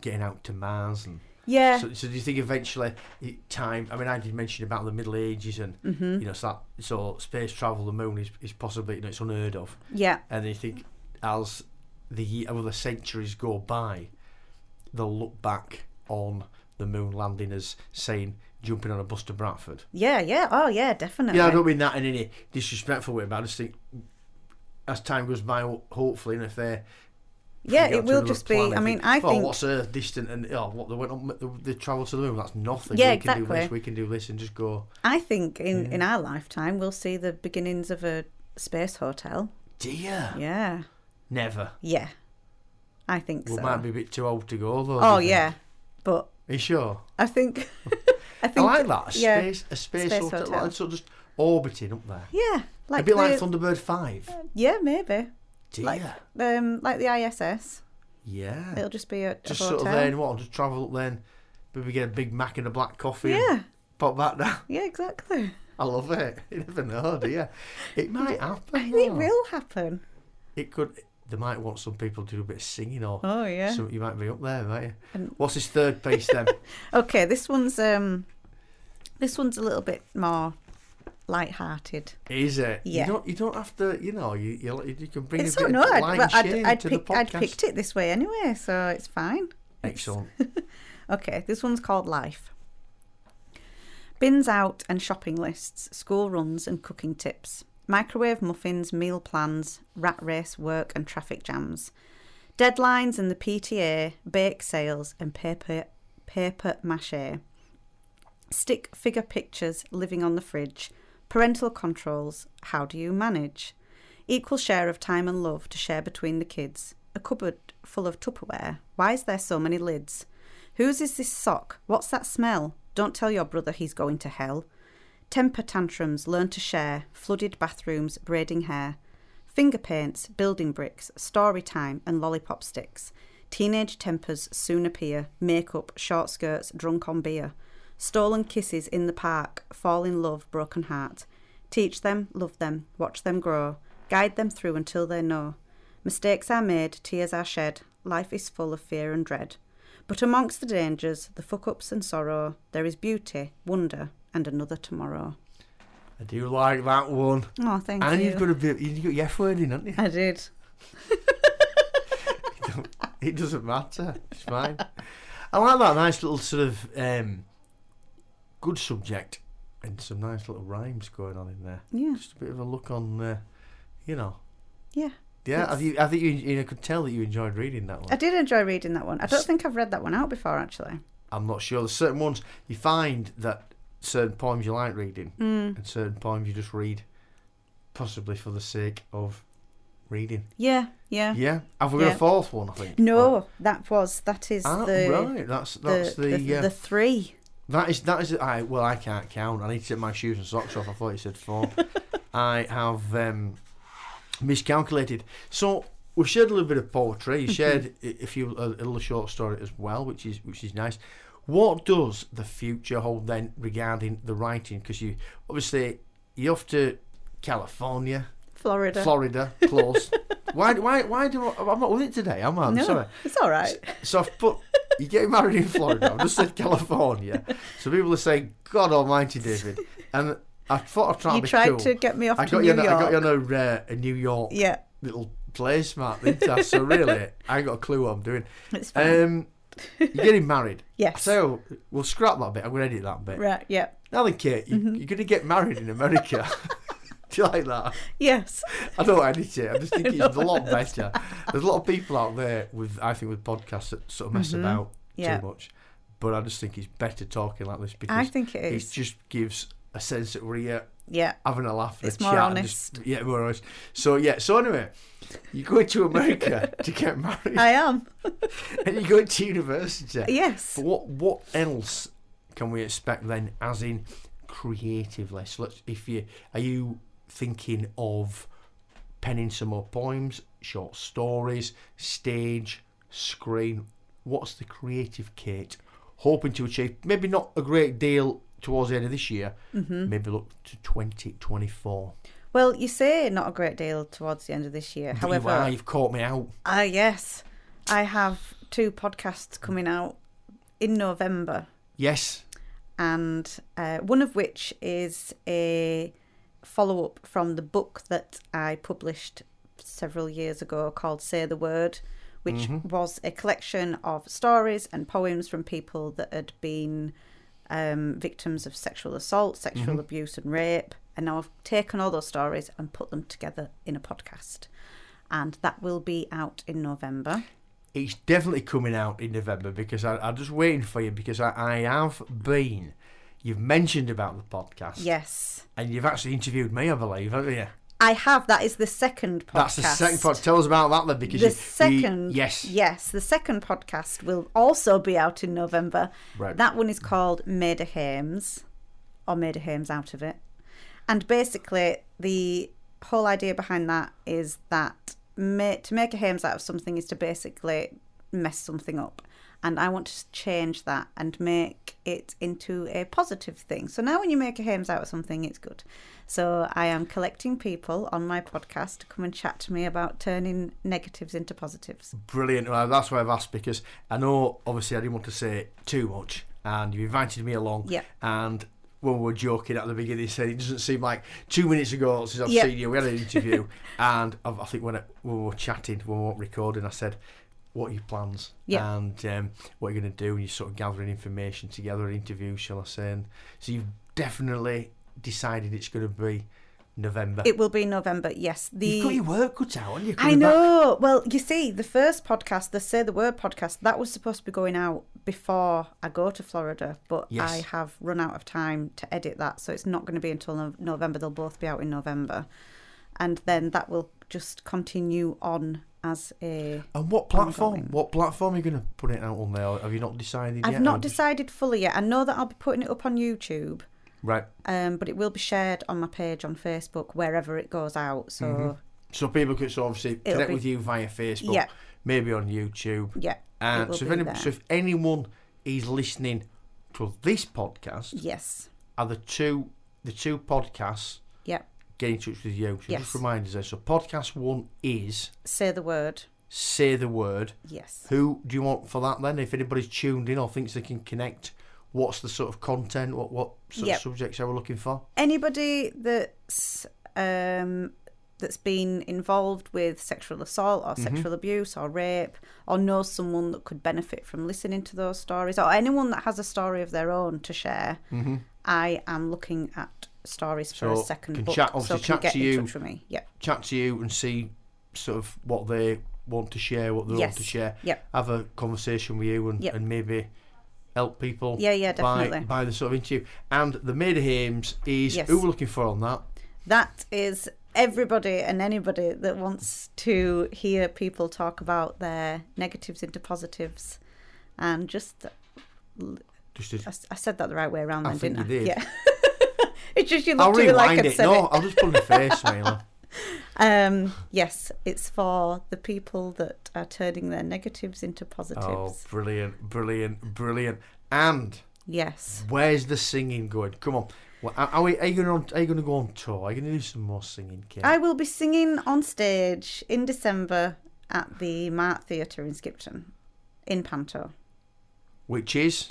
getting out to Mars and.
Yeah.
So, so do you think eventually it- time? I mean, I did mention about the Middle Ages and
hmm
you know so, that, so space travel, the moon is is possibly you know it's unheard of.
Yeah.
And you think as the ye- over the centuries go by, they'll look back on the moon landing as saying jumping on a bus to Bradford.
Yeah. Yeah. Oh, yeah. Definitely.
Yeah, I don't mean that in any disrespectful way, but I just think as time goes by, ho- hopefully, and if they're
Yeah,
get
it
to
will
another
just be.
planet,
I mean, I
oh,
think.
what's Earth distant and oh, what they went on they, they travel to the moon? That's nothing.
Yeah,
we can do
exactly.
this, we can do this, and just go.
I think in in our lifetime we'll see the beginnings of a space hotel.
Dear,
Yeah.
never.
Yeah. I think
We
so.
might be a bit too old to go though.
oh
do you think?
yeah, but
Are you sure?
I think. I
I
think.
like that. A
yeah.
space, a space,
Space
hotel,
hotel.
Like, sort of just orbiting up there.
Yeah. Like
a bit like
the-
Thunderbird Five.
Yeah, maybe.
Dear,
like- Um, like the ISS.
yeah.
It'll just be a, a
just
hotel.
sort of there and what? Just travel up then. Maybe get a Big Mac and a black coffee. and
Yeah.
pop that down.
Yeah. Exactly.
I love it. You never know, do you? It might happen.
It
though.
will happen.
It could. They might want some people to do a bit of singing or.
Oh yeah.
So you might be up there, might you?
And-
What's his third piece then?
Okay, this one's um, this one's a little bit more light-hearted.
Is it?
Yeah.
You don't. You don't have to. You know. You you, you can bring
it's
a
all
bit
no,
of
I'd,
light
well,
and
I'd,
shade
I'd,
to
pick,
the
I'd
podcast.
picked it this way anyway, so it's fine.
Excellent.
Okay, this one's called Life. Bins out and shopping lists, school runs and cooking tips, microwave muffins, meal plans, rat race, work and traffic jams, deadlines and the PTA, bake sales and paper paper mache, stick figure pictures, living on the fridge, parental controls, how do you manage? Equal share of time and love to share between the kids. A cupboard full of Tupperware. Why is there so many lids? Whose is this sock? What's that smell? Don't tell your brother he's going to hell. Temper tantrums, learn to share. Flooded bathrooms, braiding hair. Finger paints, building bricks, story time, and lollipop sticks. Teenage tempers soon appear. Makeup, short skirts, drunk on beer. Stolen kisses in the park. Fall in love, broken heart. Teach them, love them, watch them grow, guide them through until they know. Mistakes are made, tears are shed, life is full of fear and dread. But amongst the dangers, the fuck ups and sorrow, there is beauty, wonder, and another tomorrow.
I do like that one.
Oh, thank
and
you.
you've got a bit. You've got your F word in, haven't you?
I did.
It doesn't matter. It's fine. I like that nice little sort of um, good subject and some nice little rhymes going on in there.
Yeah.
Just a bit of a look on, uh, you know.
Yeah.
Yeah, I
It's-
think, I think you, you could tell that you enjoyed reading that
I
one.
did enjoy reading that one. I don't think I've read that one out before, actually.
I'm not sure. There's certain ones you find that certain poems you like reading
Mm.
and certain poems you just read possibly for the sake of reading.
Yeah, yeah.
Yeah. Have we got
Yeah.
a fourth one, I think?
No, that was, that is
Ah,
the,
right. That's
the,
that's the,
the,
uh,
the three.
That is that is I well I can't count. I need to take my shoes and socks off. I thought you said four. I have um, miscalculated. So we've shared a little bit of poetry. You shared i- a few a, a little short story as well, which is which is nice. What does the future hold then regarding the writing? Because you obviously you're off to California,
Florida.
Florida, close. why why why do I, I'm not with it today? am I? I'm
no,
sorry.
it's all right.
So I've put you get married in Florida. I've just said California. So people are saying, God Almighty, David. And I thought I'd try
You
to be
tried
cool.
to get me off
I
to
got
New
you.
York.
on a- I got you on a, uh, a New York
Yeah,
little place, Mark. Didn't I? So really, I ain't got a clue what I'm doing.
it's fine.
Um, you're getting married.
yes.
So we'll scrap that bit. I'm going to edit that bit.
right. Mm-hmm. Yeah.
Now then, Kate, you, you're going to get married in America. Do you like that?
Yes.
I don't edit it. I just think it's
know,
a lot better. There's a lot of people out there with, I think, with podcasts that sort of mess
Mhm.
about
Yeah.
too much. But I just think it's better talking like this
I
because
think it
it
is.
just gives a sense that we're here
Yeah.
having a laugh and
It's
a
more
chat. and just- yeah, more honest. So yeah. So anyway, you go to America to get married,
I am.
and you go to university.
Yes.
But what what else can we expect then, as in creatively? So let's, if you are you thinking of penning some more poems, short stories, stage, screen? What's the creative Kate hoping to achieve? Maybe not a great deal towards the end of this year. Maybe look to twenty twenty four.
Well, you say not a great deal towards the end of this year.
But
However,
you are, you've caught me out.
Ah, yes. I have two podcasts coming out in November,
Yes.
and uh, one of which is a follow up from the book that I published several years ago called Say the Word, which
Mm-hmm.
was a collection of stories and poems from people that had been um, victims of sexual assault, sexual
Mm-hmm.
abuse, and rape. And now I've taken all those stories and put them together in a podcast. And that will be out in November.
It's definitely coming out in November because I, I'm just waiting for you because I, I have been. You've mentioned about the podcast.
Yes.
And you've actually interviewed me, I believe, haven't you?
I have. That is the second podcast.
That's the second podcast. Tell us about that then because
The
you,
second,
You, yes.
yes, the second podcast will also be out in November.
Right.
That one is called Made a Hames, or Made a Hames out of it, and basically the whole idea behind that is that ma- to make a Hames out of something is to basically mess something up, and I want to change that and make it into a positive thing. So now when you make a Hames out of something, it's good. So I am collecting people on my podcast to come and chat to me about turning negatives into positives.
Brilliant. Well, that's why I've asked because I know, obviously, I didn't want to say too much, and you invited me along.
Yep.
And when we were joking at the beginning, you said it doesn't seem like two minutes ago since I've
Yep.
seen you. We had an interview, and I, I think when, I, when we were chatting, when we weren't recording, I said, "What are your plans?
Yep.
And um, what are you going to do?" And you're sort of gathering information together, an interview, shall I say? And so you've definitely decided it's going to be November.
It will be November. Yes, the
You've got your work cut out, haven't you?
I
coming back?
know. Well, you see, the first podcast, the Say the Word podcast, that was supposed to be going out before I go to Florida, but
Yes.
I have run out of time to edit that, so it's not going to be until Nov- November. They'll both be out in November, and then that will just continue on as a.
And what platform?
Ongoing.
What platform are you going to put it out on there? Have you not decided yet?
I've not
Or just-
decided fully yet. I know that I'll be putting it up on YouTube.
Right.
Um, but it will be shared on my page on Facebook wherever it goes out. So
So people could so obviously connect
be-
with you via Facebook,
Yeah.
maybe on YouTube.
yeah, it
And
will
so if,
be
any,
there.
so if anyone is listening to this podcast,
yes,
are the two the two podcasts
yeah.
get in touch with you? So
Yes.
just remind us there. So podcast one is
Say the word.
say the word.
Yes.
Who do you want for that then? If anybody's tuned in or thinks they can connect, what's the sort of content? What what sort
Yep.
of subjects are we looking for?
anybody that's um, that's been involved with sexual assault
Mm-hmm.
or sexual abuse or rape or knows someone that could benefit from listening to those stories or anyone that has a story of their own to share i am looking at stories for
Mm-hmm. So
a second
can
book
chat-
so
obviously
can
chat
get
to
in
you.
touch with me yep
chat to you and see sort of what they want to share, what they want
Yes.
to share.
Yep.
Have a conversation with you and,
Yep.
and maybe help people
Yeah, yeah,
by,
definitely.
by the sort of interview. And the Maid of Hames is
Yes.
who we're looking for on that.
that is everybody and anybody that wants to hear people talk about their negatives into positives and just
Just as,
I, s- I said that the right way around
I
then,
think
didn't
you
I?
did.
Yeah. it's just you
I'll
looked at me
rewind
like I'd
it.
said
No, I'll just put in the face, Mila.
it. Um, yes, it's for the people that are turning their negatives into positives.
Oh, brilliant, brilliant, brilliant. And
Yes.
where's the singing going? Come on. Well, are, are, we, are you going to go on tour? Are you going to do some more singing, Kate?
I will be singing on stage in December at the Mart Theatre in Skipton in Panto.
Which is?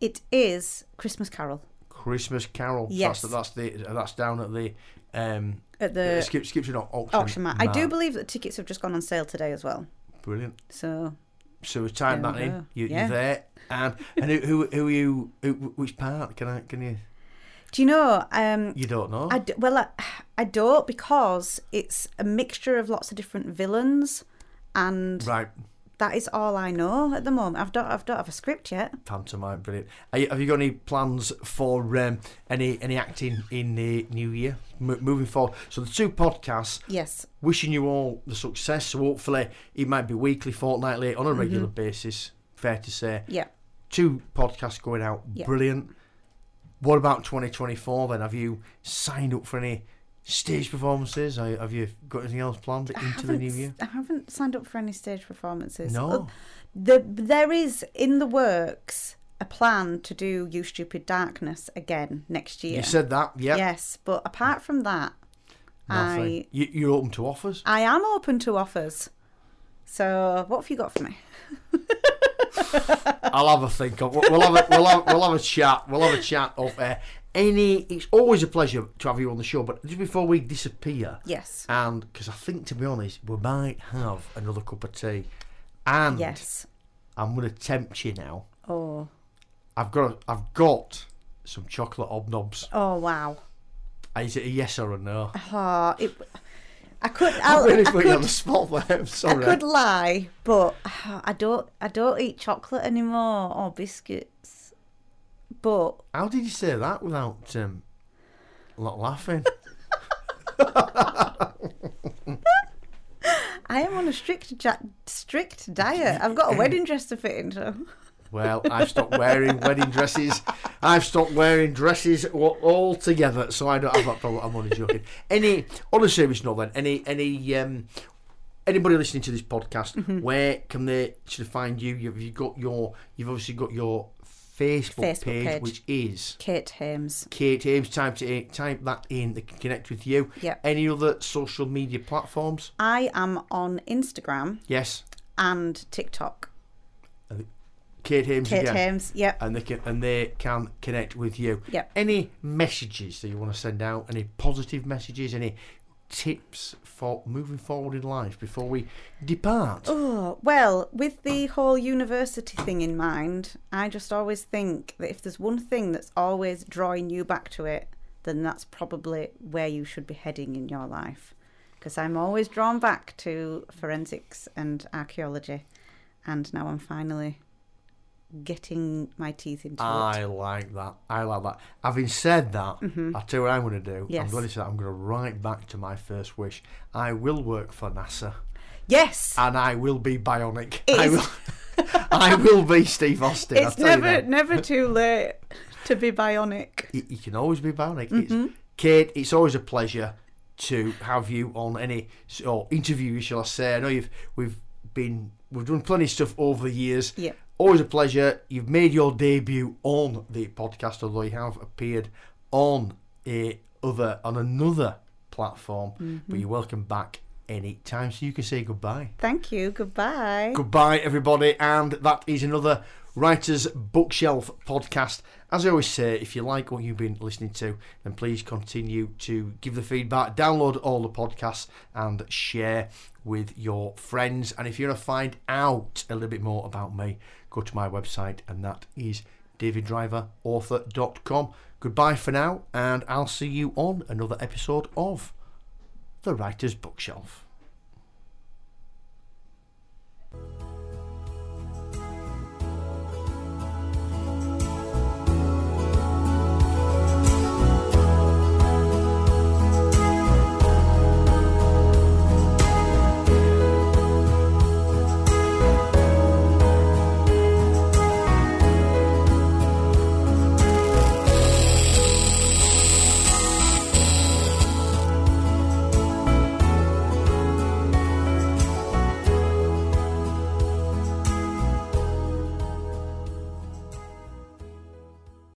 It is Christmas Carol
Christmas Carol.
Yes.
So that's, the, that's the that's down at the um
at
uh,
the
skip skipton au- auction.
auction mart. I do
mart.
believe that tickets have just gone on sale today as well.
Brilliant.
So
So we time
There
that
we
in.
go.
You,
Yeah.
You're there. And and who who, who are you? Who, which part? Can I? Can you?
do you know? Um,
You don't know.
I d- well, I, I don't because it's a mixture of lots of different villains, and
right.
that is all I know at the moment. I've don't I've don't have a script yet.
Pantomime. Brilliant. Are you, have you got any plans for um, any any acting in the new year? M- moving forward. So the two podcasts.
Yes,
Wishing you all the success. So hopefully it might be weekly, fortnightly,
Mm-hmm.
on a regular basis. Fair to say.
yeah.
two podcasts going out.
Yeah.
Brilliant. What about 2024 then? Have you signed up for any stage performances? Are- Have you got anything else planned
I
into the
haven't
new
s-
year?
I haven't signed up for any stage performances.
No.
Uh, the there is in the works a plan to do You Stupid Darkness again next year.
You said that, yeah.
Yes, but apart from that, I
You, you're open to offers.
I am open to offers. So what have you got for me?
I'll have a think of. We'll have a, we'll have we'll have a chat. We'll have a chat off air. Any, it's always a pleasure to have you on the show. But just before we disappear,
Yes.
and because I think to be honest, we might have another cup of tea, and
Yes.
I'm going to tempt you now.
Oh.
I've got I've got some chocolate obnobs.
Oh wow.
Is it a yes or a no?
Oh, it, I could.
I'm
I'll,
really
I
putting you on the
could,
spot there. I'm
I
sorry.
could lie, but ah, I don't. I don't eat chocolate anymore or biscuits. But
How did you say that without um, not laughing?
I am on a strict ja- strict diet. I've got a wedding dress to fit into.
Well, I've stopped wearing wedding dresses. I've stopped wearing dresses wa- altogether, so I don't have that problem. I'm only joking. Any on a serious note, then any any um, anybody listening to this podcast,
Mm-hmm.
where can they sort of find you? You've you got your you've obviously got your Facebook,
Facebook page.
which is
Kate Hames.
Kate Ames. Type to in- type that in. They can connect with you.
Yep.
Any other social media platforms?
I am on Instagram
Yes,
and TikTok.
Kate Ames
Kate
again.
Hames. Yep.
and they can and they can connect with you.
Yep.
Any messages that you want to send out? Any positive messages? Any tips for moving forward in life before we depart?
Oh, well, with the whole university thing in mind, I just always think that if there's one thing that's always drawing you back to it, then that's probably where you should be heading in your life. Because I'm always drawn back to forensics and archaeology, and now I'm finally getting my teeth into it.
I like that. I like that. Having said that, I'll tell you what I'm going to do. I'm
Mm-hmm. Yes.
going to say I'm going to write back to my first wish. I will work for NASA
Yes,
and I will be bionic.
It
I
is-
will. I will be Steve Austin. I'll
it's
tell you
never
that.
never too late to be bionic.
you, you can always be bionic.
Mm-hmm.
It's, Kate, it's always a pleasure to have you on any s- or interview, you shall I say. I know you've we've been we've done plenty of stuff over the years.
Yep.
Always a pleasure. You've made your debut on the podcast, although you have appeared on a other on another platform.
Mm-hmm.
But you're welcome back any time, so you can say goodbye.
Thank you. Goodbye.
Goodbye, everybody, and that is another Writers Bookshelf podcast. As I always say, if you like what you've been listening to, then please continue to give the feedback, download all the podcasts, and share with your friends. And if you want to find out a little bit more about me, go to my website, and that is daviddriverauthor.com. Goodbye for now, and I'll see you on another episode of The Writers Bookshelf.